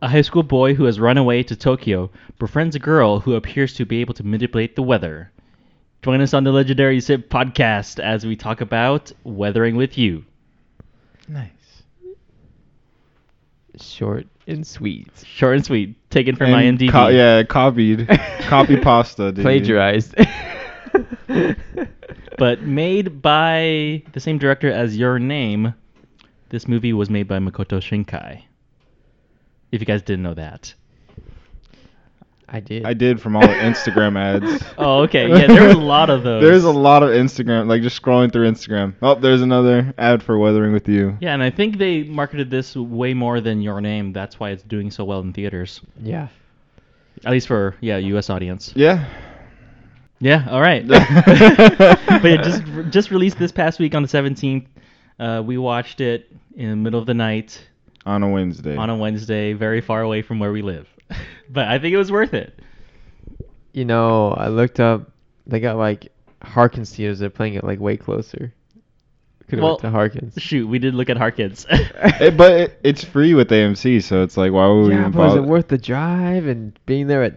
A high school boy who has run away to Tokyo befriends a girl who appears to be able to manipulate the weather. Join us on the Legendary Sip podcast as we talk about weathering with you. Nice. Short and sweet. Short and sweet, taken from And IMDb. co- yeah, copied. Copy pasta, dude. Plagiarized. But made by the same director as Your Name, this movie was made by Makoto Shinkai. If you guys didn't know that. I did. I did from all the Instagram ads. Oh, okay. Yeah, there was a lot of those. There's a lot of Instagram, like just scrolling through Instagram. Oh, there's another ad for Weathering with You. Yeah, and I think they marketed this way more than Your Name. That's why it's doing so well in theaters. Yeah. At least for, yeah, US audience. Yeah. Yeah, all right. but yeah, just just released this past week on the 17th. Uh, we watched it in the middle of the night On a Wednesday. on a Wednesday, very far away from where we live. but I think it was worth it. You know, I looked up. They got like Harkins theaters. They're playing it like way closer. Could have Well, went to Harkins. Shoot, we did look at Harkins. It- Eh, but it, it's free with AMC, so it's like, why would we yeah, even but was bother? it worth the drive and being there at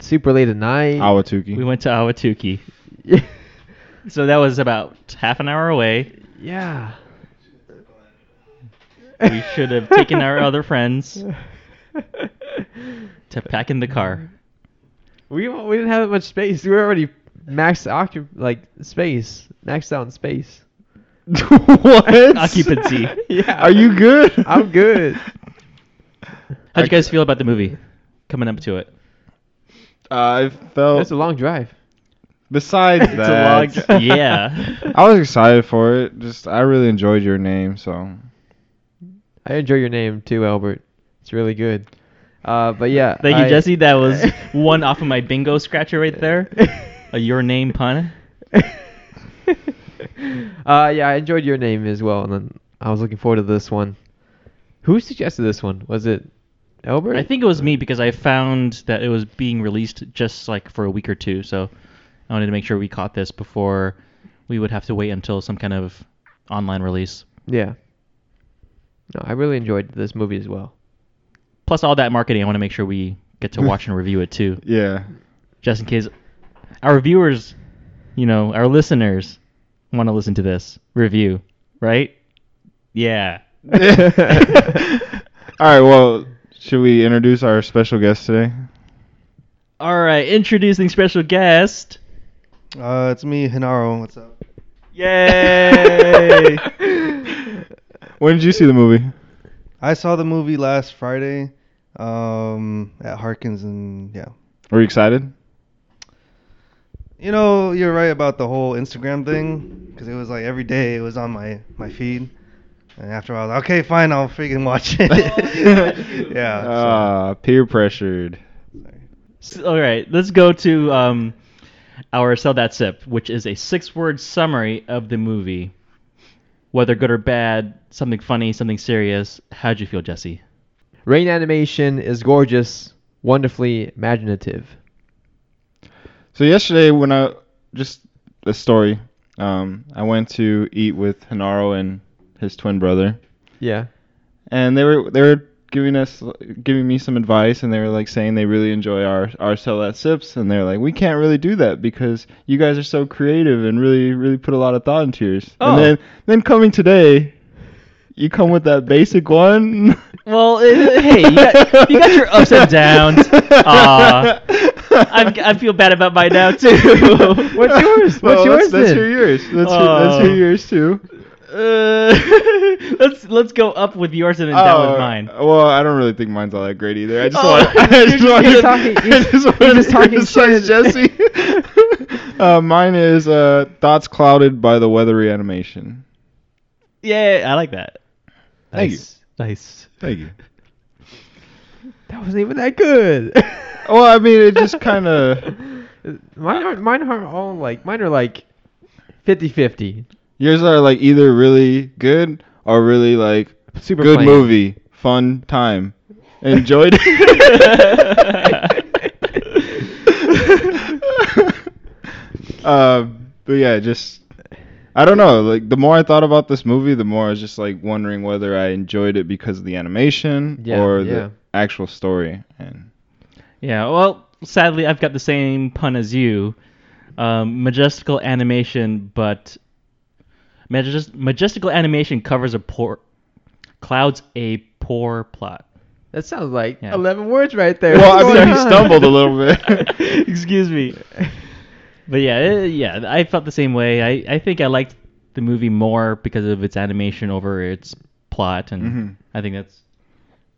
super late at night? Awatuki. we went to Awatuki. yeah. So that was about half an hour away. Yeah. We should have taken our other friends to pack in the car. We w- we didn't have that much space. We were already maxed occup like space, maxed out in space. what? Occupancy. yeah. Are you good? I'm good. How'd you guys feel about the movie? Coming up to it. I That's felt. a long drive. besides It's a that, long dr- Yeah. I was excited for it. Just I really enjoyed your name, so I enjoy your name too, Albert. It's really good. Uh, but yeah. Thank you, I- Jesse. That was one off of my bingo scratcher right there. A your name pun. uh, yeah, I enjoyed your name as well, and then I was looking forward to this one. Who suggested this one? Was it Albert? I think it was me because I found that it was being released just like for a week or two, so I wanted to make sure we caught this before we would have to wait until some kind of online release. Yeah. No, I really enjoyed this movie as well. Plus all that marketing, I want to make sure we get to watch and review it too, yeah. just in case our viewers, you know, our listeners want to listen to this review, right? Yeah. All right. Well, should we introduce our special guest today? All right, introducing special guest. Uh, it's me, Hinaro. What's up? Yay! When did you see the movie? I saw the movie last Friday um, at Harkins, and yeah. Were you excited? You know, you're right about the whole Instagram thing, because it was like every day it was on my, my feed. And after I was like, okay, fine, I'll freaking watch it. yeah. so- Ah, peer pressured. S- All right, let's go to um, our Sell That Sip, which is a six word summary of the movie. Whether good or bad, something funny, something serious. How'd you feel, Jesse? Rain animation is gorgeous, wonderfully imaginative. So yesterday, when I just a story, um, I went to eat with Hinaro and his twin brother, Yeah. and they were they were giving us giving me some advice, and they were like saying they really enjoy our our sell that sips, and they're like, we can't really do that because you guys are so creative and really really put a lot of thought into yours. Oh. And then then coming today, you come with that basic one. Well, eh, hey, you got, your ups and downs. i feel bad about mine now, too. What's yours? What's Well, yours Let's, let's then? hear yours. Let's, hear, Oh. let's hear yours too. Uh, let's let's go up with yours and then down with Oh, mine. Well, I don't really think mine's all that great either. I just Oh, want. I you're just just want. here talking- I you're- just you're wanted just to talking criticize shit. Jesse. uh, mine is uh, thoughts clouded by the weathery animation. Yeah, I like that. Thank you. nice. Nice. Thank you. That wasn't even that good. Well, I mean, it just kind of mine aren't. Mine aren't all like. Mine are like 50-50. yours are like either really good or really like Super good plain. movie, fun time, enjoyed. uh, but yeah, just I don't know. Like the more I thought about this movie, the more I was just like wondering whether I enjoyed it because of the animation Yeah, or yeah. the actual story. And Yeah, well, sadly, I've got the same pun as you. Um, majestical animation, but majest- majestical animation covers a poor clouds a poor plot. That sounds like Yeah. 11 words right there. well, I What's mean, going I on? stumbled a little bit. Excuse me. But yeah, eh, yeah, I felt the same way. I, I think I liked the movie more because of its animation over its plot, and Mhm. I think that's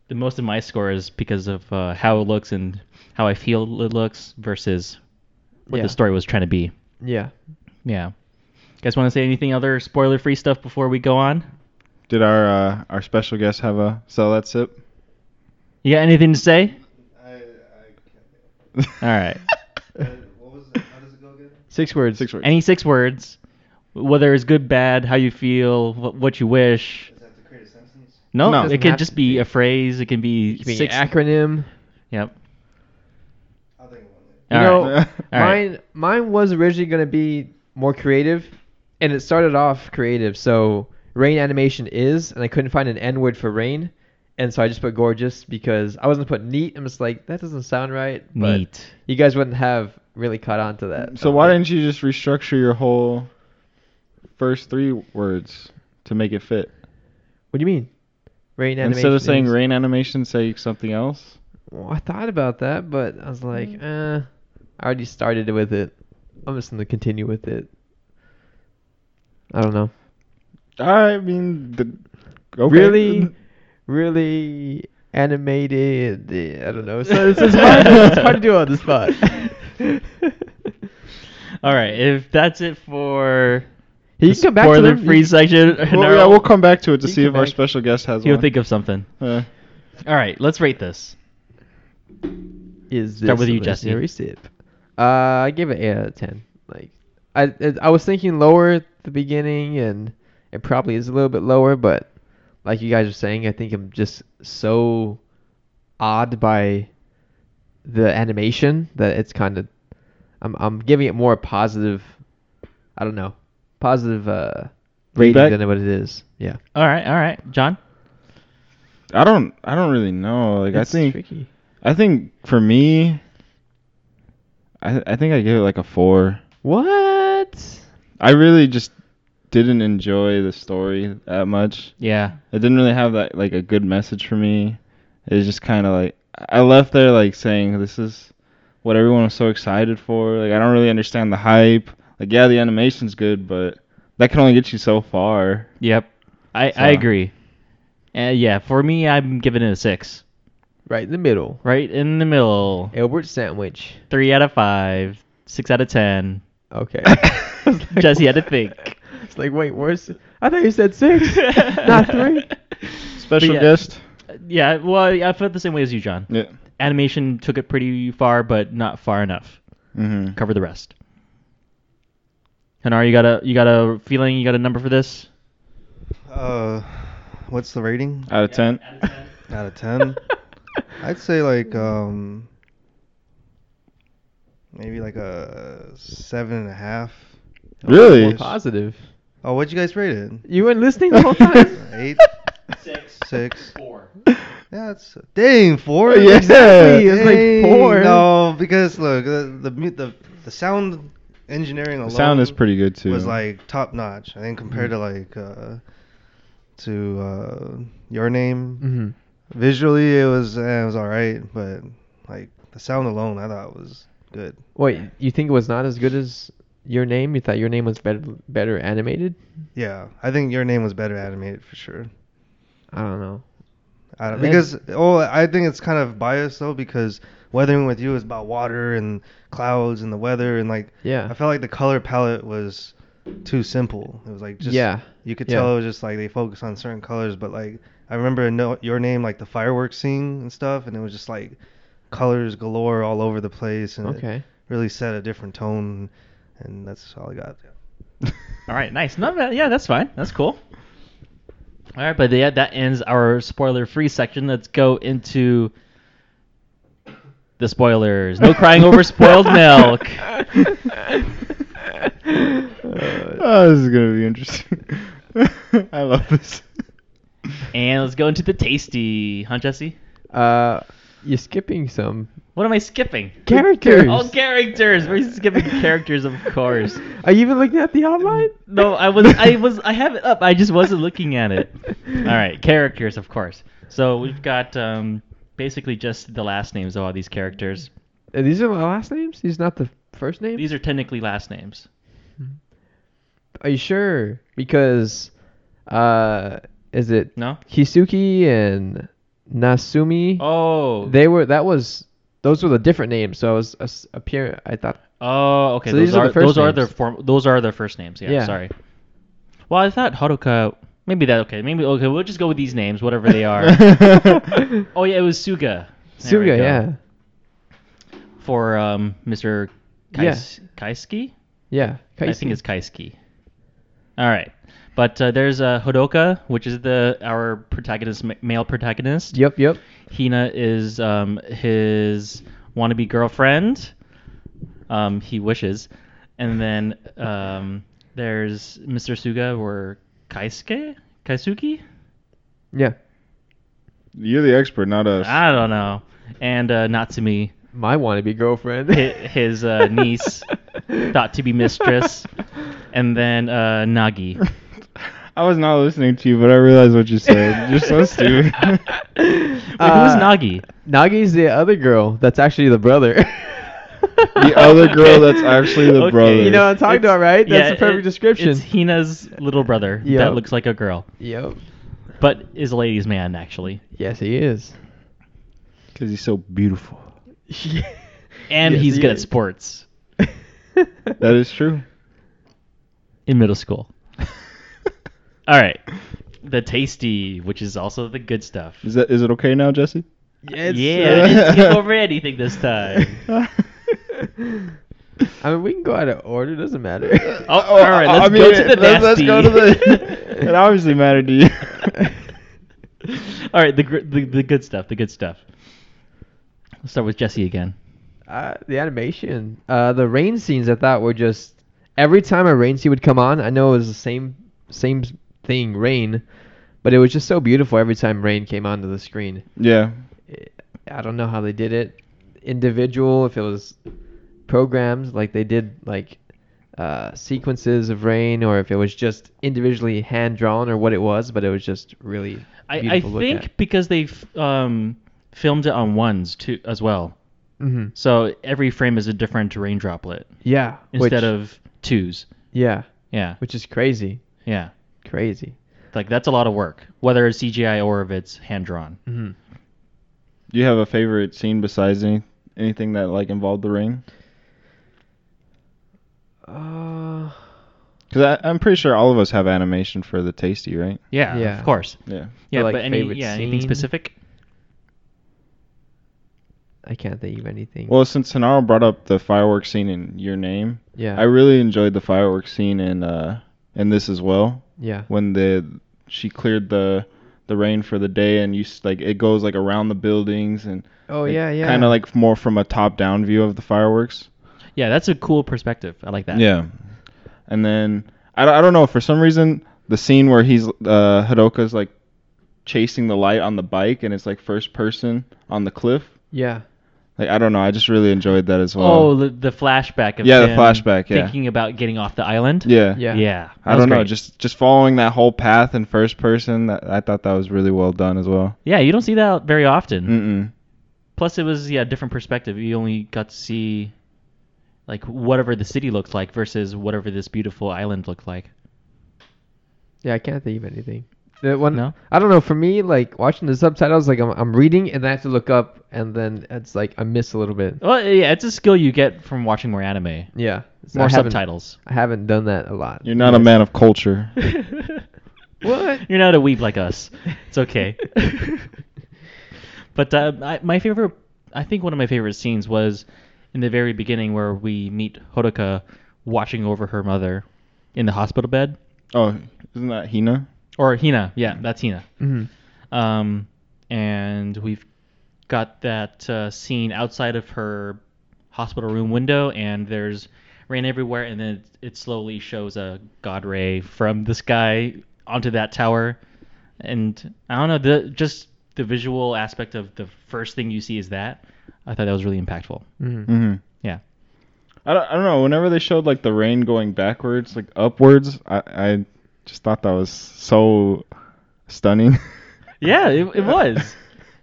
the most of my score is because of uh, how it looks and how I feel it looks versus what Yeah. the story was trying to be. Yeah. Yeah. You guys want to say anything other spoiler free stuff before we go on? Did our uh, our special guest have a sell that sip? You got anything to say? I, I can't All right. think. What was it? How does it go again? Six words. Six words. Any six words, whether it's good, bad, how you feel, wh- what you wish. Does that have to create a sentence? No, No. it Doesn't could have just to be be. a phrase. It can be Give me six. an acronym. Yep. I'll think of one later. You All know, right. All right. mine mine was originally going to be more creative, and it started off creative. So rain animation is, and I couldn't find an N word for rain, and so I just put gorgeous because I wasn't put neat. I'm just like that doesn't sound right. but Neat. You guys wouldn't have really caught on to that. So why didn't you just restructure your whole first three words to make it fit? What do you mean? Rain animation. Instead of saying is- rain animation, say something else. Well, I thought about that, but I was like, eh, I already started with it. I'm just gonna continue with it. I don't know. All right, I mean, the, okay. Really, really animated. eh, I don't know. So it's, it's, hard, it's hard to do on the spot. All right. If that's it for He the can come back to spoiler them. free section, Well, Harold, yeah, we'll come back to it to You see can if our back- special guest has he'll one. think of something. Uh, All right. Let's rate this. Is Start with this you, a Jesse. legendary sip? Uh, I give it eight out of ten. Like, I I- I was thinking lower at the beginning, and it probably is a little bit lower, but like you guys are saying, I think I'm just so awed by the animation that it's kind of I'm I'm giving it more a positive. I don't know, positive uh, rating Feedback? than what it is. Yeah, All right. All right. John. I don't. I don't really know. Like, It's I think. tricky. I think for me. I I think I give it like a four. What? I really just didn't enjoy the story that much. Yeah. it didn't really have that like a good message for me. It was just kind of like I left there like saying this is what everyone was so excited for. Like I don't really understand the hype. Like yeah, the animation's good, but that can only get you so far. Yep. I, So- I agree. Uh, yeah. For me, I'm giving it a six. Right in the middle, Right in the middle. Albert sandwich. Three out of five. Six out of ten. Okay. I was like, Jesse had to what? think. It's like, wait, where's? I thought you said six, not three. Special yeah. guest. Yeah. Well, I felt the same way as you, John. Yeah. Animation took it pretty far, but not far enough. Mm-hmm. Cover the rest. Hanar, you got a you got a feeling? You got a number for this? Uh, what's the rating? Out of ten. Out of 10? I'd say like um maybe like a seven and a half. More Really? positive. Oh, what'd you guys rate it? You weren't listening the whole time. Eight, Six. six. Four. Yeah, it's dang four. Yeah. Exactly. It's Dang, like four. No, because look, the the mu- the, the sound engineering The alone sound is pretty good too. Mm-hmm. was like top notch. I think compared to like uh to uh your name. hmm Mm-hmm. Visually, it was eh, it was all right, but like the sound alone, I thought was good. Wait, you think it was not as good as your name? You thought your name was better, better animated? Yeah, I think your name was better animated for sure. I don't know. I don't, Yeah. because oh, I think it's kind of biased though because weathering with you is about water and clouds and the weather and like Yeah. I felt like the color palette was too simple. It was like just yeah. you could yeah. tell it was just like they focus on certain colors, but like I remember in no, your name like the fireworks scene and stuff, and it was just like colors galore all over the place and it Okay. really set a different tone, and that's all I got. All right, nice. Not bad. Yeah, that's fine. That's cool. All right, but yeah, that ends our spoiler-free section. Let's go into the spoilers. No crying over spoiled milk. oh, this is gonna be interesting. I love this. And let's go into the tasty, huh, Jesse? Uh, you're skipping some What am I skipping? characters. All characters. We're skipping characters, of course. Are you even looking at the outline? No, I was, I was, I have it up. I just wasn't looking at it. All right, characters, of course. So we've got um, basically just the last names of all these characters. Uh, These are the last names. These not the first names. These are technically last names. Are you sure? Because, uh, is it No. Hisuki and Nasumi? Oh. They were. That was. Those were the different names. So I was uh, appear. I thought. Oh, okay. So those these are, are the first those are their names. form. Those are their first names. Yeah, Yeah. Sorry. Well, I thought Haruka. Maybe that. Okay. Maybe okay. We'll just go with these names, whatever they are. oh yeah, it was Suga. There we Suga. go. Yeah. For um, Mr. Yeah. Kais- Kaiski. Yeah. I Kaisi. think it's Kaiski. All right. But uh, there's uh, Hodoka, which is the our protagonist, ma- male protagonist. Yep. Yep. Hina is um, his wannabe girlfriend. Um, he wishes. And then um, there's Mr. Suga or Kaisuke? Kaisuki? Yeah. You're the expert, not us. I don't know. And uh, Natsumi, My wannabe girlfriend. hi- his uh, niece, thought to be mistress. And then uh, Nagi. I was not listening to you, but I realized what you said. You're so stupid. Wait, Uh, who's Nagi? Nagi's the other girl. That's actually the brother. The other girl that's actually the Okay. brother. You know what I'm talking It's- about, right? That's yeah, the perfect it- description. It's Hina's little brother Yeah. that looks like a girl, Yep. but is a ladies' man actually. Yes, he is. Because he's so beautiful. and Yes, he's he good at is. sports That is true. in middle school. All right, the tasty, which is also the good stuff. Is that is it okay now, Jesse? Yes. yeah, I didn't skip over anything this time. I mean, we can go out of order. Doesn't matter. Oh, all right, let's go to the let's, let's go to nasty. the. it obviously mattered to you. All right, the, gr- the the good stuff, the good stuff. Let's start with Jesse again. Uh, the animation, uh, the rain scenes, I thought were just every time a rain scene would come on. I know it was the same same s- thing, rain, but it was just so beautiful every time rain came onto the screen. yeah. I don't know how they did it. Individual, if it was programs, like they did like uh, sequences of rain, or if it was just individually hand drawn, or what it was. But it was just really I, I beautiful to look think at. because they've um, filmed it on ones too as well, Mhm. so every frame is a different rain droplet Yeah. which- instead of twos. yeah, Yeah, which is crazy, yeah. crazy. Like that's a lot of work, whether it's CGI or if it's hand drawn. hmm Do you have a favorite scene besides any, anything that like involved the ring? Uh, Because I'm pretty sure all of us have animation for the tasty, right? Yeah, Yeah. of course. Yeah. Yeah, like, but any favorite yeah anything scene? specific? I can't think of anything. Well, since Sonaro brought up the fireworks scene in Your Name, yeah, I really enjoyed the fireworks scene in uh in this as well. yeah, When the she cleared the the rain for the day and you s- like it goes like around the buildings and oh yeah, yeah, kind of like more from a top down view of the fireworks. Yeah, that's a cool perspective. I like that. Yeah. And then I, don't- I don't know for some reason the scene where he's uh Hadoka's like chasing the light on the bike and it's like first person on the cliff. yeah, Like I don't know, I just really enjoyed that as well. Oh, the, the flashback of Yeah, the him flashback, yeah. thinking about getting off the island. yeah. yeah, yeah. I that was don't know, great. just just following that whole path in first person, that, I thought that was really well done as well. yeah, you don't see that very often. Mm-mm. Plus, it was yeah different perspective. You only got to see like whatever the city looks like versus whatever this beautiful island looked like. Yeah, I can't think of anything. The one, No? I don't know. For me, like watching the subtitles, like I'm, I'm reading and then I have to look up, and then it's like I miss a little bit. Well, yeah, it's a skill you get from watching more anime, Yeah, so more I haven't- subtitles. I haven't done that a lot. You're not a man of culture. What? You're not a weeb like us. It's okay. but uh, I, my favorite, I think one of my favorite scenes was in the very beginning where we meet Hodoka watching over her mother in the hospital bed. oh, isn't that Hina? Or Hina, yeah, that's Hina. Mhm. Um, and we've got that uh, scene outside of her hospital room window, and there's rain everywhere, and then it, it slowly shows a god ray from the sky onto that tower. And I don't know, the just the visual aspect of the first thing you see is that, I thought that was really impactful. Mm-hmm. Mm-hmm. Yeah. I don't, I don't know. Whenever they showed like the rain going backwards, like upwards, I, I just thought that was so stunning. Yeah, it, it was.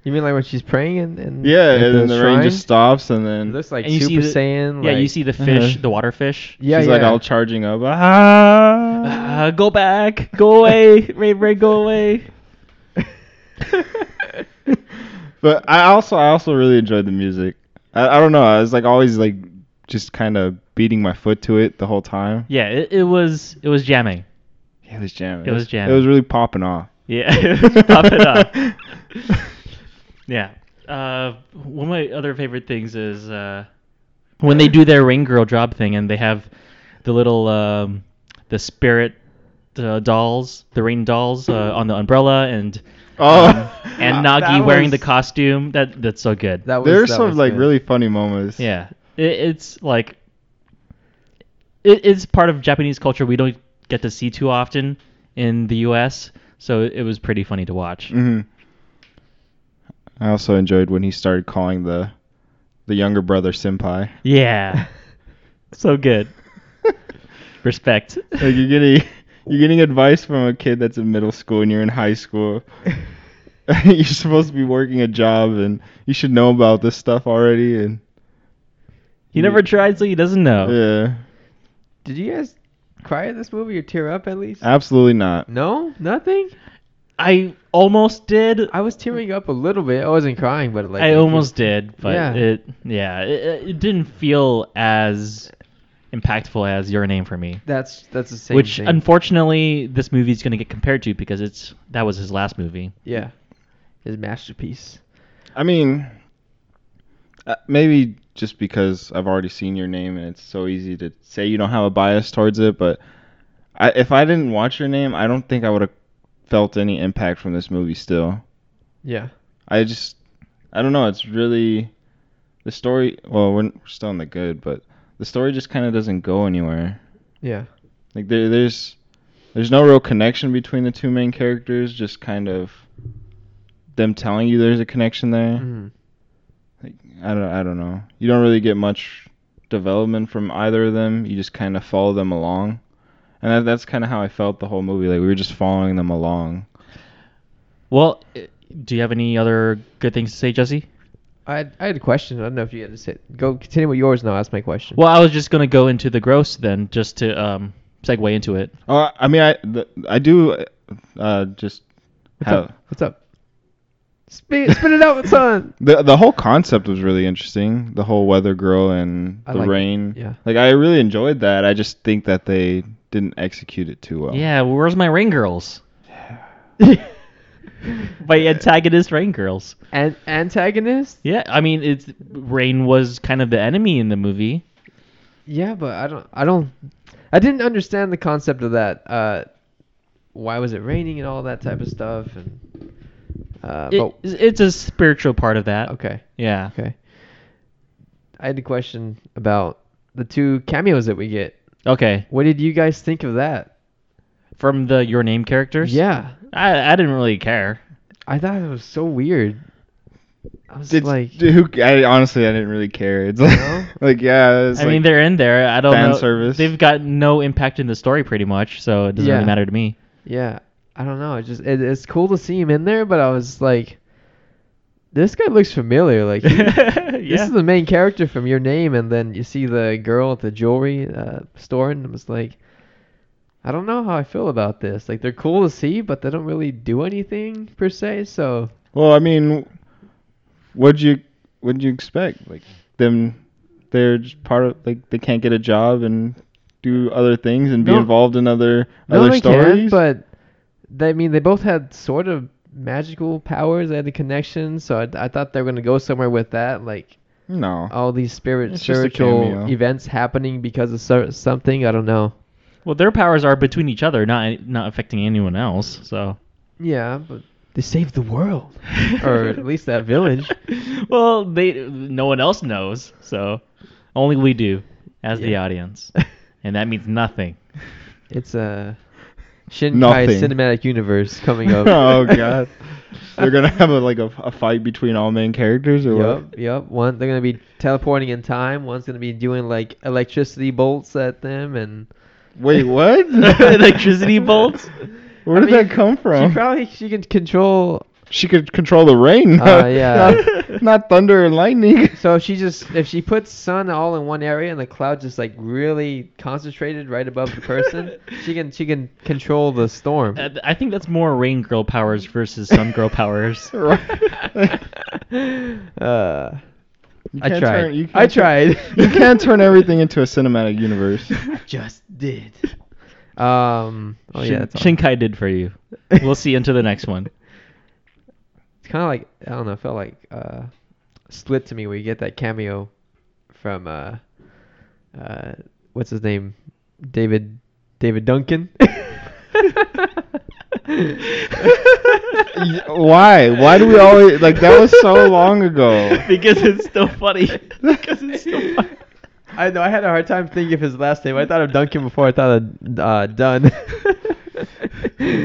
You mean like when she's praying and, and yeah, at and then the rain shrine? just stops, and It then looks like And you see Super the- Saiyan. yeah, you like- see the fish, Uh-huh. the water fish. Yeah, she's yeah. like all charging up. Ah. Ah, go back, go away, rain, rain, go away. but I also I also really enjoyed the music. I, I don't know. I was like always like just kind of beating my foot to it the whole time. Yeah, it, it was it was jamming. Yeah, it was jamming. It was It was jamming. really popping off. Yeah, it was popping up. Yeah. Uh, one of my other favorite things is uh, when they do their ring girl job thing, and they have the little um, the spirit uh, dolls, the rain dolls uh, on the umbrella, and Oh. Um, and That Nagi wearing the was- costume. That that's so good. That was, There's that some was like good. really funny moments. Yeah, it, it's like it, it's part of Japanese culture we don't get to see too often in the U.S. So it was pretty funny to watch. hmm I also enjoyed when he started calling the the younger brother senpai. Yeah, so good. Respect. Like you're getting you're getting advice from a kid that's in middle school and you're in high school. you're supposed to be working a job and you should know about this stuff already and He never tried, so he doesn't know. yeah. Did you guys cry at this movie or tear up at least? Absolutely not. no, nothing. I almost did. I was tearing up a little bit. I wasn't crying, but like I almost did, but Yeah. it yeah, it, it didn't feel as impactful as Your Name for me. That's that's the same. Which thing. unfortunately this movie's going to get compared to because it's that was his last movie. yeah, his masterpiece. I mean uh, maybe just because I've already seen your name and it's so easy to say you don't have a bias towards it, but I, if I didn't watch your name, I don't think I would have felt any impact from this movie still. Yeah, I just, I don't know. It's really the story. Well, we're, we're still in the good, but the story just kind of doesn't go anywhere. yeah, Like there, there's, there's no real connection between the two main characters. Just kind of them telling you there's a connection there. Mhm. Like, I don't, I don't know. You don't really get much development from either of them. You just kind of follow them along, and that, that's kind of how I felt the whole movie. Like we were just following them along. Well, i- do you have any other good things to say, Jesse? I had, I had a question. I don't know if you had to say. Go continue with yours. Now ask my question. Well, I was just going to go into the gross then just to um segue into it. Oh, I mean, I, the, I do, uh, just what's have. up? What's up? Spit, spit it out, son. The the whole concept was really interesting. The whole weather girl and I the like it, rain. yeah. Like I really enjoyed that. I just think that they didn't execute it too well. Yeah, where's my Rain Girls? my antagonist Rain Girls. An antagonist? Yeah, I mean, it's Rain was kind of the enemy in the movie. Yeah, but I don't. I don't. I didn't understand the concept of that. Uh, why was it raining and all that type of stuff? And uh, It- but it's a spiritual part of that. okay, Yeah. okay. I had a question about the two cameos that we get. Okay. What did you guys think of that? From the Your Name characters. Yeah, I I didn't really care. I thought it was so weird. I was It's like, like who, I, honestly I didn't really care. It's like, No? like yeah, it's I like, mean, they're in there. I don't fan know. service. They've got no impact in the story, pretty much. So it doesn't Yeah. really matter to me. yeah, I don't know. It just it, it's cool to see him in there, but I was like, this guy looks familiar. Like, he- This yeah. is the main character from your name, and then you see the girl at the jewelry uh, store, and I was like, I don't know how I feel about this. Like they're cool to see, but they don't really do anything per se. So well, I mean, what'd you what'd you expect? Like them, they're just part of like they can't get a job and do other things and be No. involved in other no, other they stories. can, but they, I mean, they both had sort of magical powers. They had a connection, so I, I thought they were gonna go somewhere with that, like no, all these spirit It's just a spiritual cameo. events happening because of cer- something. I don't know. Well, their powers are between each other, not not affecting anyone else. So. Yeah, but they saved the world, or at least that village. well, they no one else knows, so only we do as the Yeah. Oh, uh, audience, and that means nothing. It's a Shin Kai Nothing. Cinematic Universe coming up. oh god, they're gonna have a, like a, a fight between all main characters or Yep, yep. One, they're gonna be teleporting in time. One's gonna be doing like electricity bolts at them, and what? Wait, what? Electricity bolts? Where I did mean, that come from? she probably she can control. She could control the rain. Uh, yeah. not, not thunder and lightning. So if she just if she puts sun all in one area and the cloud just like really concentrated right above the person, she can she can control the storm. Uh, I think that's more Rain Girl powers versus Sun Girl powers. Right. uh, You I can't tried. turn- you I can't turn- tried. you can't turn everything into a cinematic universe. just did. Um. Oh yeah. Shin, that's all. Shinkai did for you. We'll see into the next one. It's kind of like I don't know. It felt like uh, Split to me, where you get that cameo from uh, uh, what's his name, David David Duncan. Y- Why? Why do we always like that was so long ago? because it's still funny. because it's still funny. I know I had a hard time thinking of his last name. I thought of Duncan before I thought of uh, Dunn. we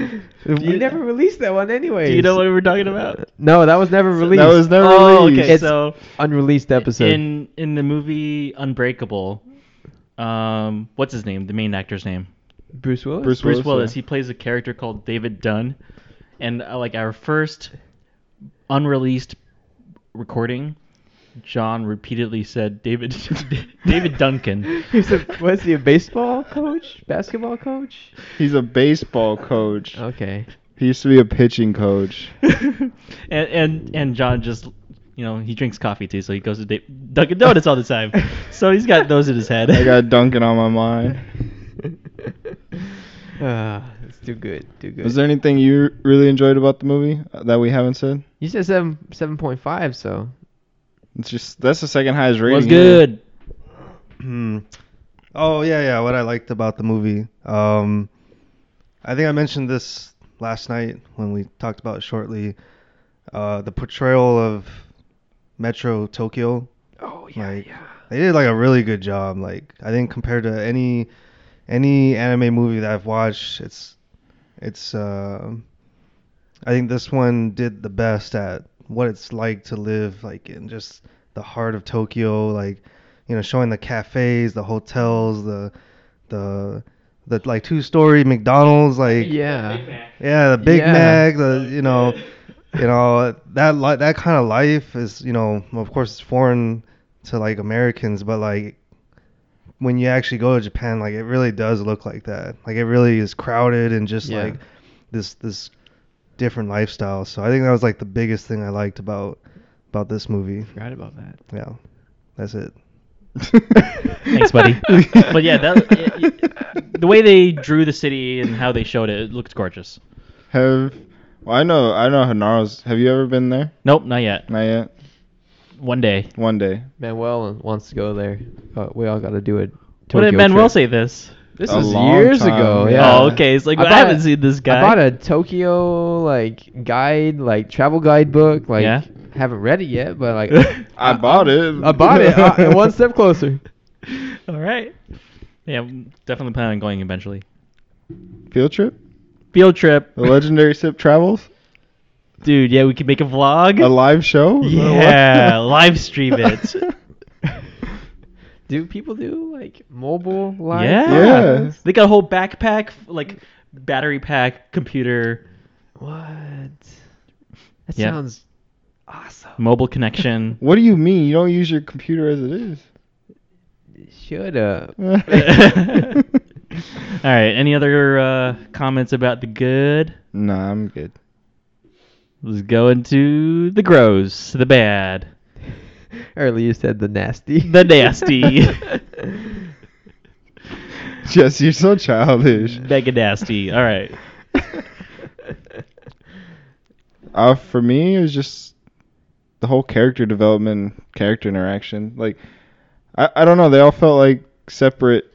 you- never released that one anyway. Do you know what we're talking about? uh, No, that was never released. That was never Oh, released. okay. It's so unreleased episode. in in the movie Unbreakable, um, what's his name? The main actor's name. Bruce Willis. Bruce Bruce Willis, Willis. yeah. He plays a character called David Dunn, and uh, like our first unreleased recording, John repeatedly said David David Duncan. He's a, was he a baseball coach? Basketball coach? He's a baseball coach. Okay. He used to be a pitching coach. and and and John just you know he drinks coffee too, so he goes to da- Dunkin' Donuts all the time. So he's got those in his head. I got Duncan on my mind. Ah, it's too good. Too good. Was there anything you really enjoyed about the movie uh, that we haven't said? you said seven seven point five, so It's just that's the second highest rating. was good. Hmm. Oh yeah, yeah. What I liked about the movie, um, I think I mentioned this last night when we talked about it shortly. Uh, the portrayal of Metro Tokyo, Oh Like, they did like a really good job. Like I think compared to any any anime movie that I've watched, it's it's. Uh, I think this one did the best at what it's like to live like in just the heart of Tokyo, like you know, showing the cafes, the hotels, the the the like two story McDonald's, like Yeah. yeah, the Big Yeah. Mac, the Uh, you know, you know that li- that kind of life is you know of course it's foreign to like Americans, but like when you actually go to Japan, like it really does look like that. Like it really is crowded and just Yeah. like this this different lifestyle. So I think that was like the biggest thing I liked about about this movie. Forgot about that. Yeah, that's it. Thanks, buddy. but yeah, that it, it- the way they drew the city and how they showed it, it looked gorgeous. Have well, I know I know Hanaro's. Have you ever been there? Nope, not yet. Not yet. One day. One day. Manuel wants to go there. But we all got to do it. What did Manuel say this? This A was long years time, ago. yeah. Yeah. Oh, okay. It's like I, bought haven't a- seen this guy. I bought a Tokyo like guide, like travel guide book. Like Yeah. haven't read it yet, but like I bought it. I bought it. I, one step closer. All right. Yeah, I'm definitely planning on going eventually. Field trip. Field trip, The legendary sip travels. dude. Yeah, we could make a vlog. A live show. Yeah, live stream it. Do people do like mobile live? Yeah. Yeah. They got a whole backpack, like battery pack, computer, What? That Yeah. sounds awesome. mobile connection. What do you mean? You don't use your computer as it is. Shut up. All right. Any other uh, comments about the good? Nah, I'm good. Let's go into the gross, the bad. Earlier you said the nasty. The nasty. Jess, you're so childish. Mega nasty. All right. Uh, for me, it was just the whole character development, character interaction. Like, I, I don't know. They all felt like separate.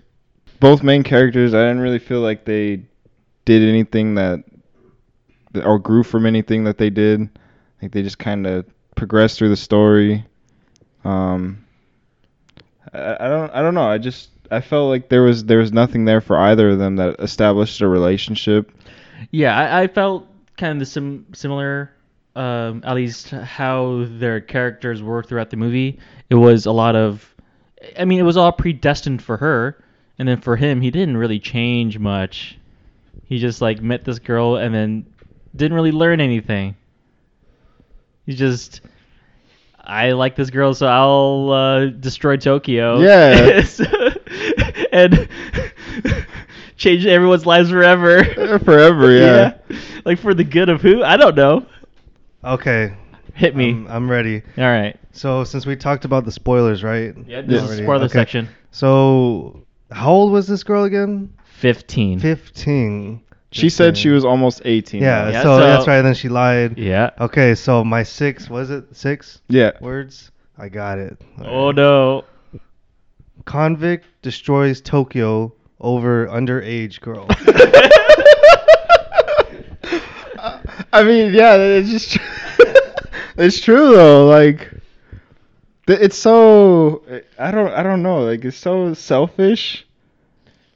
Both main characters, I didn't really feel like they did anything that, that- or grew from anything that they did. Like they just kind of progressed through the story. Um, I, I don't, I don't know. I just, I felt like there was there was nothing there for either of them that established a relationship. Yeah, I, I felt kind of the sim- similar, um, at least how their characters were throughout the movie. It was a lot of, I mean, it was all predestined for her, and then for him, he didn't really change much. He just like met this girl and then didn't really learn anything. He just, I like this girl, so I'll uh, destroy Tokyo. Yeah. and change everyone's lives forever. Forever, yeah. Like for the good of who? I don't know. Okay. Hit me. I'm, I'm ready. All right. So since we talked about the spoilers, right? Yeah, this is Already, spoiler okay. section. So how old was this girl again? 15. Fifteen. She said she was almost 18. Yeah. Yeah, so, so- that's right. Then she lied. Yeah. Okay. So my six was it six Yeah. words? I got it. Oh no. Convict destroys Tokyo over underage girl. I mean, yeah, it's just true. it's true though. Like, th- it's so I don't I don't know. Like, it's so selfish,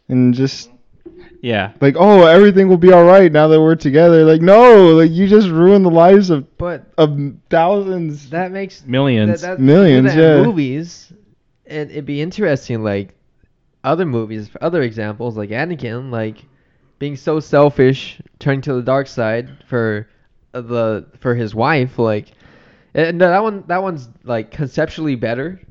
and just Yeah. like, oh, everything will be all right now that we're together. Like, no, like you just ruined the lives of But of thousands. that makes Millions. That, that, Millions, do that in yeah. Movies, and it'd be interesting, like other movies, other examples, like Anakin, like being so selfish, turning to the dark side for uh, the for his wife, like and no, that one that one's like conceptually better.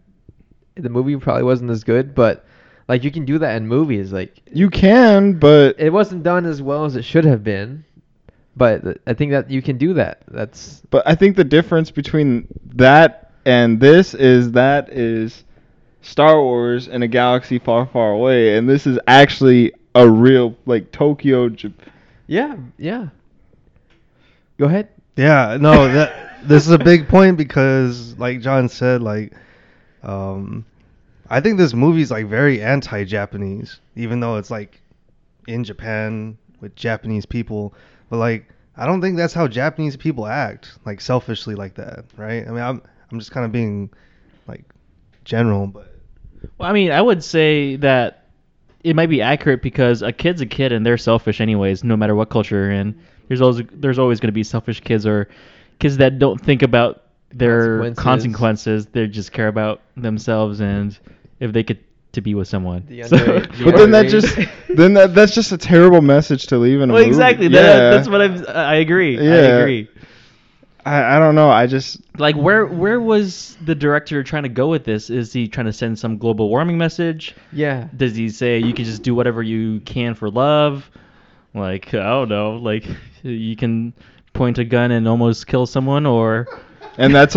The movie probably wasn't as good, but like you can do that in movies, like You can, but it wasn't done as well as it should have been. But I think that you can do that. That's But I think the difference between that and this is that is Star Wars in a galaxy far, far away, and this is actually a real like Tokyo. J- yeah, yeah. Go ahead. yeah. No. That this is a big point because, like John said, like, um, I think this movie's like very anti-Japanese, even though it's like in Japan with Japanese people. But like, I don't think that's how Japanese people act, like selfishly like that, right? I mean, I'm I'm just kind of being like general, but Well, I mean, I would say that it might be accurate because a kid's a kid and they're selfish anyways, no matter what culture you're in. There's always there's always going to be selfish kids or kids that don't think about their consequences. Consequences. They just care about themselves and if they could to be with someone. The So- underage. But then that Underage. just then that that's just a terrible message to leave in a well, movie. exactly. That, that's what I'm. I agree. I Yeah. agree. I, I don't know. I just Like, where where was the director trying to go with this? Is he trying to send some global warming message? Yeah. does he say you can just do whatever you can for love? Like I don't know, like you can point a gun and almost kill someone, or and that's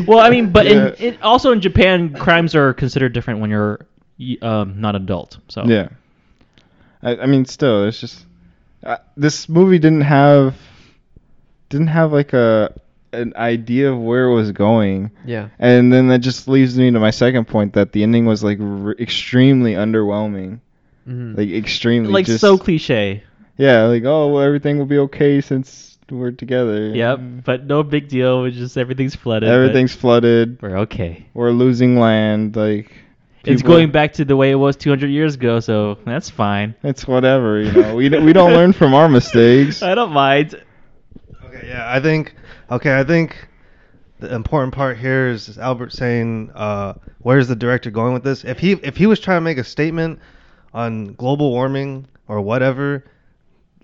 well, I mean, but Yeah. in, in also in Japan, crimes are considered different when you're y- um, not adult. So Yeah. I, I mean, still, it's just uh, this movie didn't have didn't have like a an idea of where it was going, Yeah. and then that just leads me to my second point that the ending was like r- extremely underwhelming, Mhm. like extremely Mm. like just, so cliche. yeah, like oh well, everything will be okay since we're together. Mm. Yep, but no big deal. It's just everything's flooded. but Everything's flooded. we're okay. We're losing land. Like It's people- going back to the way it was 200 years ago, so that's fine. It's whatever, you know. We, d- we don't learn from our mistakes. I don't mind. Okay, yeah, I think okay, I think the important part here is, is Albert saying uh, where's the director going with this? If he if he was trying to make a statement on global warming or whatever,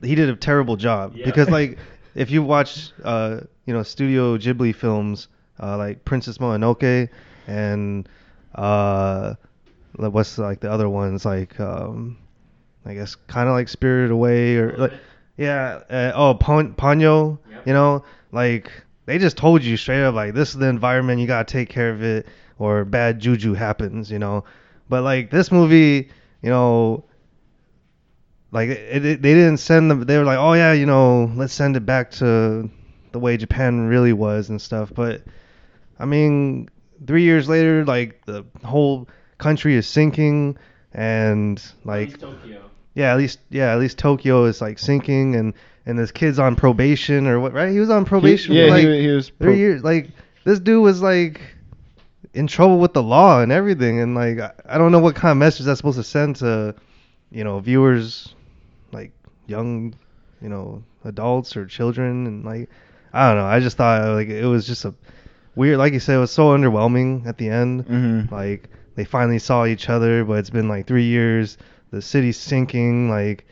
he did a terrible job Yeah. because like if you watch uh, you know Studio Ghibli films uh, like Princess Mononoke and uh, like, what's like the other ones like um, I guess kind of like Spirited Away or like yeah uh, oh Pon- Ponyo you know like they just told you straight up like this is the environment you gotta take care of it or bad juju happens you know but like this movie you know like it, it, they didn't send them they were like oh yeah you know let's send it back to the way japan really was and stuff but i mean three years later like the whole country is sinking and like yeah at least yeah at least tokyo is like sinking and and this kid's on probation or what right he was on probation yeah, for like he, he was three pro- years like this dude was like in trouble with the law and everything. And like, I, I don't know what kind of message that's supposed to send to, you know, viewers, like young, you know, adults or children. And like, I don't know. I just thought like it was just a weird, like you said, it was so underwhelming at the end. Mhm. Like they finally saw each other, but it's been like three years. The city's sinking. Like,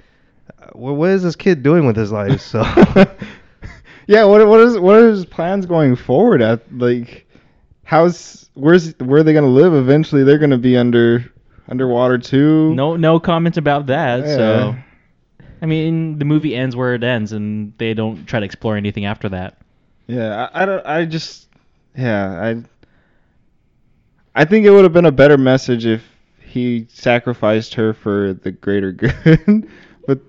uh, wh- what is this kid doing with his life? So. yeah, what what is what are his plans going forward? At like, how's where's where are they gonna live eventually? They're gonna be under underwater too. No, no comments about that. So, Yeah. I mean, the movie ends where it ends, and they don't try to explore anything after that. Yeah, I, I don't. I just. Yeah, I. I think it would have been a better message if he sacrificed her for the greater good, but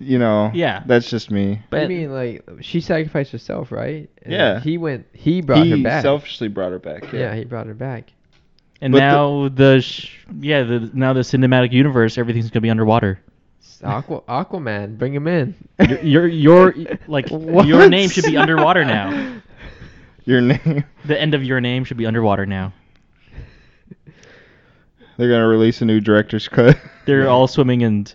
you know. Yeah. That's just me. But I mean, like she sacrificed herself, right? And Yeah. He went. He brought he her back. selfishly brought her back. yeah. he brought her back. and but the- now the, sh- yeah, the now the cinematic universe, everything's gonna be underwater. It's Aqua, Aquaman, bring him in. Your your like your What? name should be underwater now. Your name. The end of your name should be underwater now. They're gonna release a new director's cut. They're all swimming and.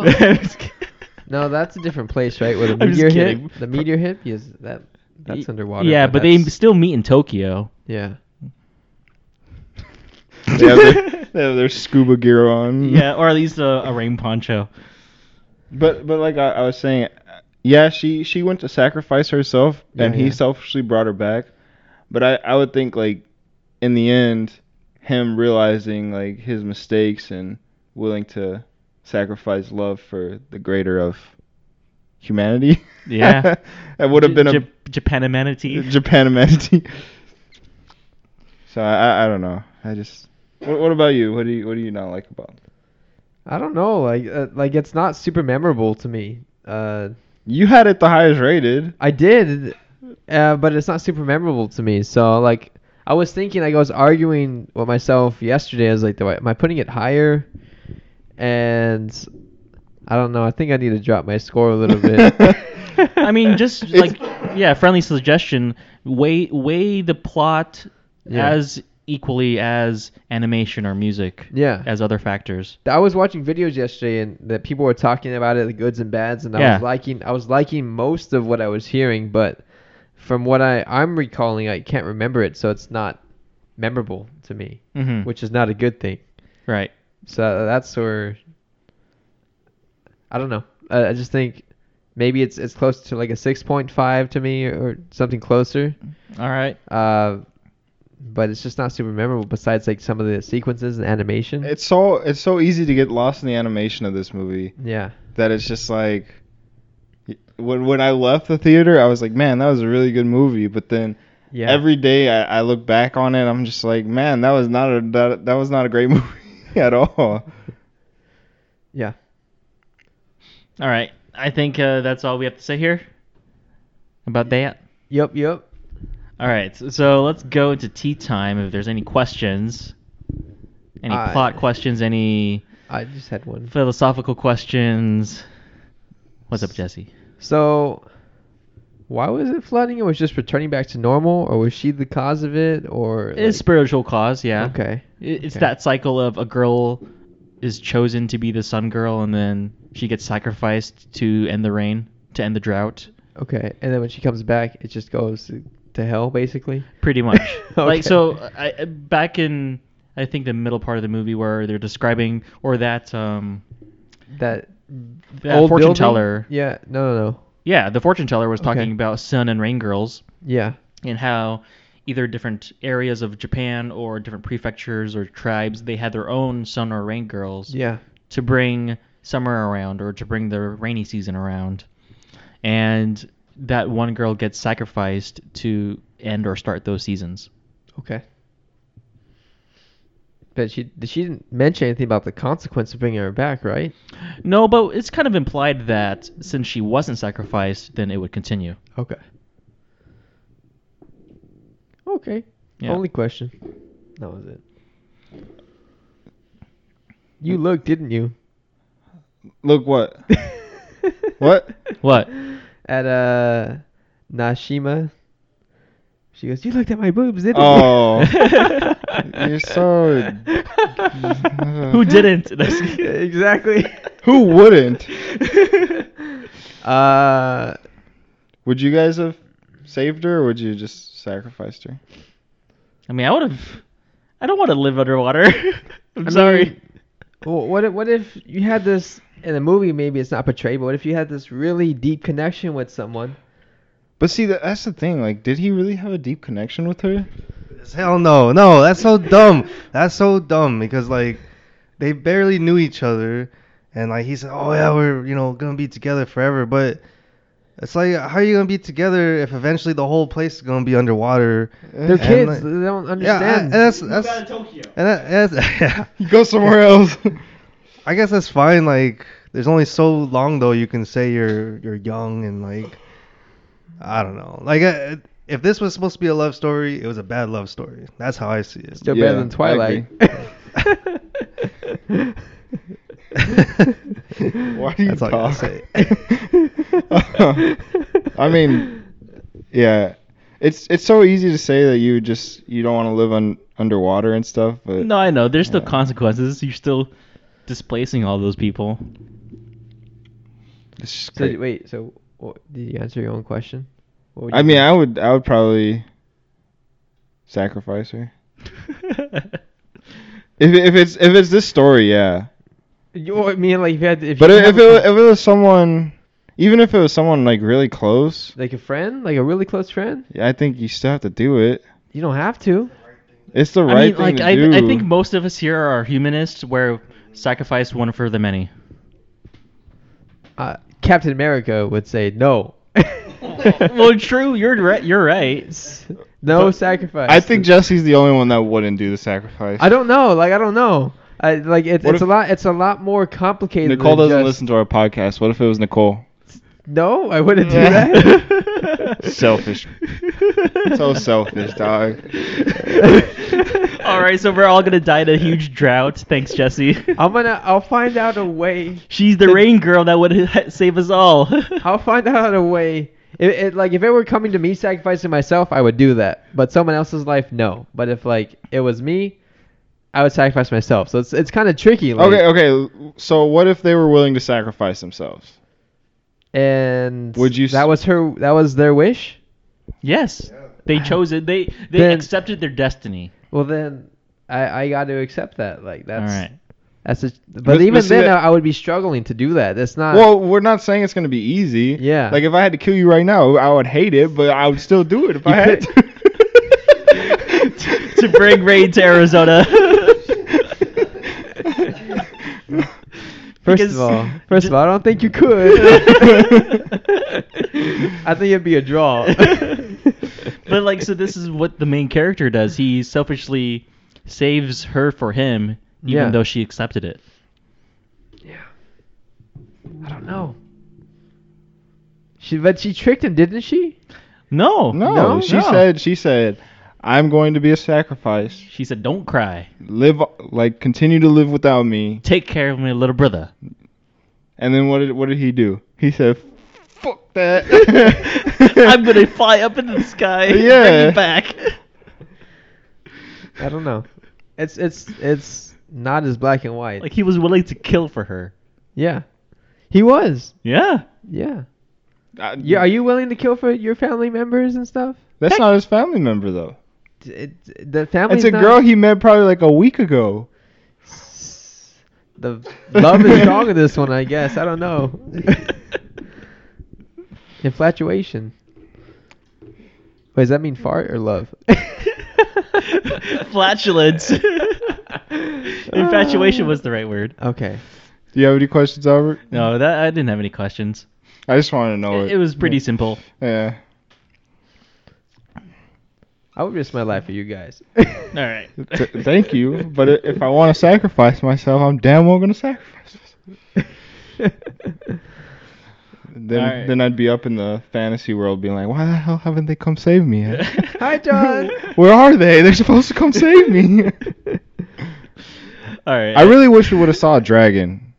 I'm just kidding. no, that's a different place, right? Where the I'm just meteor kidding. hit. The meteor hit is that. That's underwater. Yeah, but they that's- still meet in Tokyo. Yeah. they, have their, they have their scuba gear on. Yeah, or at least uh, a, a rain poncho. But but like I, I was saying, yeah, she she went to sacrifice herself, and Yeah, he yeah. selfishly brought her back. But I I would think like, in the end, him realizing like his mistakes and willing to sacrifice love for the greater of humanity. Yeah. that would have been J- a Jap- Japan amenity. Japan humanity. so I, I I don't know. I just what, what about you? What do you what do you not like about? it? I don't know. Like, uh, like it's not super memorable to me. Uh, You had it the highest rated. I did, uh, but it's not super memorable to me. So like, I was thinking, like, I was arguing with myself yesterday. I was like, do I, am I putting it higher? And I don't know. I think I need to drop my score a little bit. I mean, just It's- like yeah, friendly suggestion. Weigh weigh the plot Yeah. as equally as animation or music yeah. as other factors. I was watching videos yesterday and that people were talking about it, the goods and bads, and I Yeah. was liking I was liking most of what I was hearing, but from what I, I'm recalling I can't remember it, so it's not memorable to me. hmm Which is not a good thing. right. So uh, that's where I don't know. I, I just think maybe it's it's close to like a six point five to me or, or something closer. All right. Uh but it's just not super memorable besides like some of the sequences and animation. It's so it's so easy to get lost in the animation of this movie yeah. that it's just like when when I left the theater, I was like, man, that was a really good movie. But then Yeah. every day I, I look back on it, I'm just like, man, that was not a that, that was not a great movie at all. yeah. All right. I think uh, that's all we have to say here about that. Yep, yep. All right. So, so let's go into tea time. If there's any questions, any I- plot questions, any I just had one. philosophical questions. What's up, Jesse? So, why was it flooding? It was just returning back to normal, or was she the cause of it, or It is like- spiritual cause, yeah. Okay. It, it's Okay. that cycle of a girl is chosen to be the sun girl, and then she gets sacrificed to end the rain, to end the drought. Okay, and then when she comes back, it just goes to- to hell, basically. Pretty much. Okay. Like so, I, I- back in I think the middle part of the movie where they're describing or that um That that old fortune building? teller. Yeah. No, no, no. Yeah, the fortune teller was talking Okay. about sun and rain girls. Yeah. and how either different areas of Japan or different prefectures or tribes they had their own sun or rain girls Yeah. to bring summer around or to bring the rainy season around. And that one girl gets sacrificed to end or start those seasons. Okay. But she she didn't mention anything about the consequence of bringing her back, right? No, but it's kind of implied that since she wasn't sacrificed, then it would continue. Okay. Okay. Yeah. Only question. That was it. You looked, didn't you? Look what what What? At uh Nashima. She goes, You looked at my boobs, didn't oh you? You're so- Who didn't? exactly. Who wouldn't? Uh, Would you guys have saved her, or would you just sacrificed her? I mean, I would have. I don't want to live underwater. I'm I sorry. mean, well, what if, what if you had this in a movie? Maybe it's not portrayed, but what if you had this really deep connection with someone? But see, tha- that's the thing. Like, did he really have a deep connection with her? Hell no, no, that's so dumb. That's so dumb because like they barely knew each other, and like he said, oh yeah, we're you know gonna be together forever. But it's like, how are you gonna be together if eventually the whole place is gonna be underwater? They're And, kids. like- they don't Yeah, I- understand. and that's that's and Tokyo. that, that's yeah. Go somewhere else. I guess that's fine. Like, there's only so long though you can say you're you're young and like, I don't know. Like, uh, if this was supposed to be a love story, it was a bad love story. That's how I see it. Still Yeah, better than I Twilight. Why do you That's all I gotta talk? say. I mean, yeah, it's it's so easy to say that you just you don't want to live on underwater and stuff, but No, I know. There's still Yeah. consequences. You're still displacing all those people. it's just so great. wait. So what, did you answer your own question? What would I you mean, do? I would I would probably sacrifice her if if it's if it's this story, yeah. You, I mean, like if you had, to, if But you if have it, wa- if it was someone, even if it was someone like really close, like a friend, like a really close friend, I think you still have to do it. you don't have to. It's the right I mean, thing like to I, do. I think most of us here are humanists, where sacrifice one for the many. Uh, Captain America would say no. well, true. You're right. You're right. no But sacrifice. I think Jesse's the only one that wouldn't do the sacrifice. I don't know. Like I don't know. I like it's What it's a if- lot. It's a lot more complicated. Nicole than doesn't just- listen to our podcast. What if it was Nicole? No, I wouldn't do Yeah. that. Selfish. So selfish, dog. all right, so we're all gonna die in a huge drought. Thanks, Jesse. I'm gonna. I'll find out a way. She's the rain girl that would h- save us all. I'll find out a way. It, it like if it were coming to me sacrificing myself, I would do that. But someone else's life, no. But if like it was me, I would sacrifice myself. So it's it's kind of tricky. Like, Okay, okay. So what if they were willing to sacrifice themselves? And Would you s- That was her. That was their wish. yes, they chose it. They they Then- accepted their destiny. Well then, I I got to accept that. Like that's all right. that's. A, but, But- even but see then, that- I would be struggling to do that. That's not. Well, we're not saying it's gonna be easy. Yeah. Like if I had to kill you right now, I would hate it, but I would still do it if I had to. to bring rain to Arizona. First Because- of all, first of all, I don't think you could. I think it'd be a draw. but like, so this is what the main character does. He selfishly saves her for him, even Yeah. though she accepted it. yeah. I don't know. She, but she tricked him, didn't she? No, no, No? she No. said. She said, "I'm going to be a sacrifice. She said, "Don't cry. Live like continue to live without me." Take care of my little brother." And then what did what did he do? He said, "Fuck that." I'm gonna fly up into the sky. and Bring Yeah. you back. I don't know. It's it's it's not as black and white. Like he was willing to kill for her. yeah, he was. Yeah. Yeah. Uh, Yeah. Are you willing to kill for your family members and stuff? That's not his family member though. D- it- the family. It's a girl he met probably like a week ago. The love is strong in this one, I guess. I don't know. Infatuation. Wait, does that mean fart or love? Flatulence. Infatuation was the right word. Okay. Do you have any questions, Albert? No, that I didn't have any questions. I just wanted to know It, it was pretty Yeah. simple. Yeah. I would risk my life for you guys. All right. Th- thank you, but i- if I want to sacrifice myself, I'm damn well gonna sacrifice. myself. Then, Alright. then I'd be up in the fantasy world, being like, "Why the hell haven't they come save me yet? Hi, John. Where are they? They're supposed to come save me." All right. I really wish we would have saw a dragon.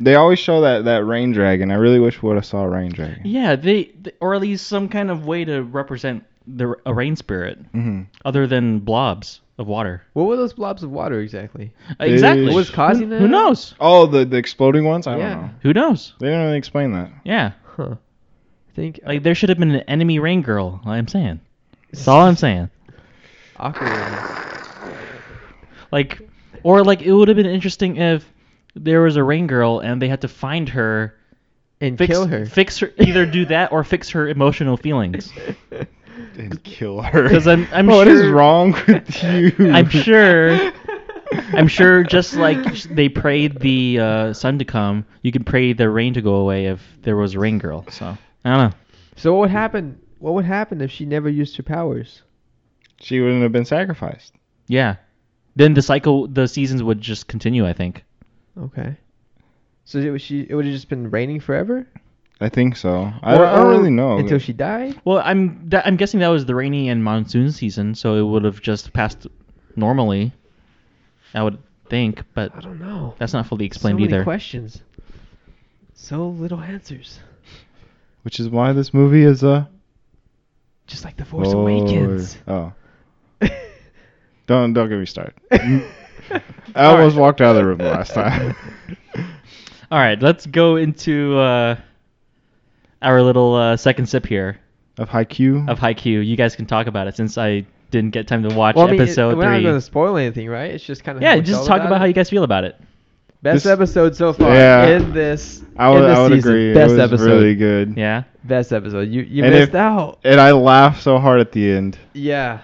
They always show that that rain dragon. I really wish we would have saw a rain dragon. Yeah, they, th- or at least some kind of way to represent the r- a rain spirit hmm other than blobs. of water. What were those blobs of water exactly? Exactly. What was causing who, that? Who knows? Oh, the the exploding ones. I Yeah. don't know. Who knows? They didn't really explain that. Yeah. Huh. I think Like there should have been an enemy rain girl. I'm saying. That's all I'm saying. Aquaman. Like, or like it would have been interesting if there was a rain girl and they had to find her, And fix kill her. fix her, either do that or fix her emotional feelings. And kill her. 'Cause I'm- I'm What is sure- wrong with you? I'm sure. I'm sure. Just like they prayed the uh, sun to come, you can pray the rain to go away if there was a rain girl. So I don't know. So what would happen? What would happen if she never used her powers? she wouldn't have been sacrificed. Yeah. Then the cycle, the seasons would just continue. I think. Okay. So it was she. It would have just been raining forever. I think so. I, Or- don't, I don't or really know. Until she died. Well, I'm that, I'm guessing that was the rainy and monsoon season, so it would have just passed normally. I would think, but I don't know. that's not fully so explained many either. questions. So little answers. Which is why this movie is a. Just like the Force Lord. Awakens. Oh, don't don't get me started. Mm. I almost walked out of the room last time. All right, let's go into uh, our little uh, second sip here of Haikyuu. of Haikyuu. You guys can talk about it since I didn't get time to watch Well, I mean, it- episode we're not three. going to spoil anything, right? It's just kind of yeah, just talk about, how you guys. guys feel about it. Best This- episode so far Yeah. in this. I would, in this I would season. agree. Best it was episode. really good. Yeah. Best episode. You you And missed if- out. And I laughed so hard at the end Yeah.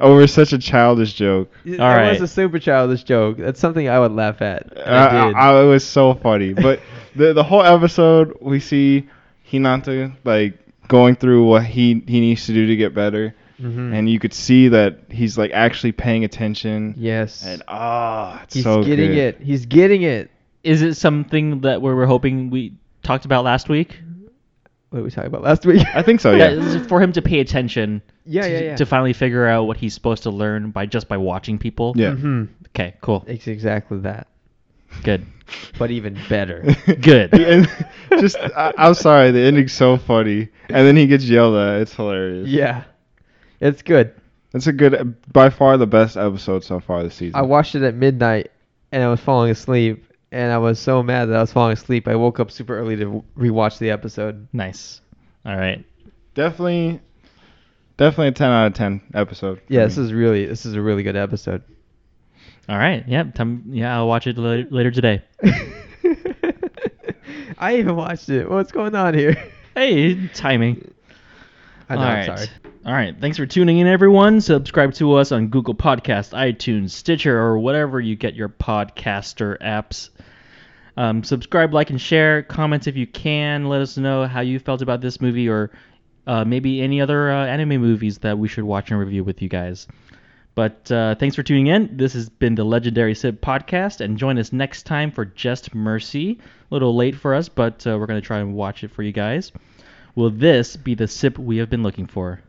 over such a childish joke. It, All it right. was a super childish joke. That's something I would laugh at. and I Uh, I, did. I, it was so funny. But the the whole episode, we see Hinata like going through what he he needs to do to get better, Mm-hmm. Mhm. and you could see that he's like actually paying attention. yes, And ah, it's he's so getting good. it. He's getting it. Is it something that we were hoping we talked about last week? What did we talk about last week? I think so. That Oh, Yeah. is for him to pay attention yeah, to, yeah, yeah. to finally figure out what he's supposed to learn by just by watching people. Yeah. Mhm. Okay, cool. It's exactly that, Good. but even better. Good. And just I, I'm sorry. The ending's so funny, and then he gets yelled at. It's hilarious. yeah, it's good. It's a good, by far the best episode so far this season. I watched it at midnight, and I was falling asleep, and I was so mad that I was falling asleep. I woke up super early to w- rewatch the episode. Nice. All right. definitely, definitely a 10 out of 10 episode. for Yeah, this me. is really this is a really good episode. All right. Yeah. Time, yeah. I'll watch it later, later today. I even watched it. What's going on here? Hey, timing. I know, All I'm right. sorry. All right. Thanks for tuning in, everyone. Subscribe to us on Google Podcast, iTunes, Stitcher, or whatever you get your podcaster apps. Um, subscribe, like, and share. Comments if you can. Let us know how you felt about this movie or uh, maybe any other uh, anime movies that we should watch and review with you guys. But uh, thanks for tuning in. This has been the Legendary Sip podcast, and join us next time for Just Mercy. A little late for us, but uh, we're going to try and watch it for you guys. Will this be the sip we have been looking for?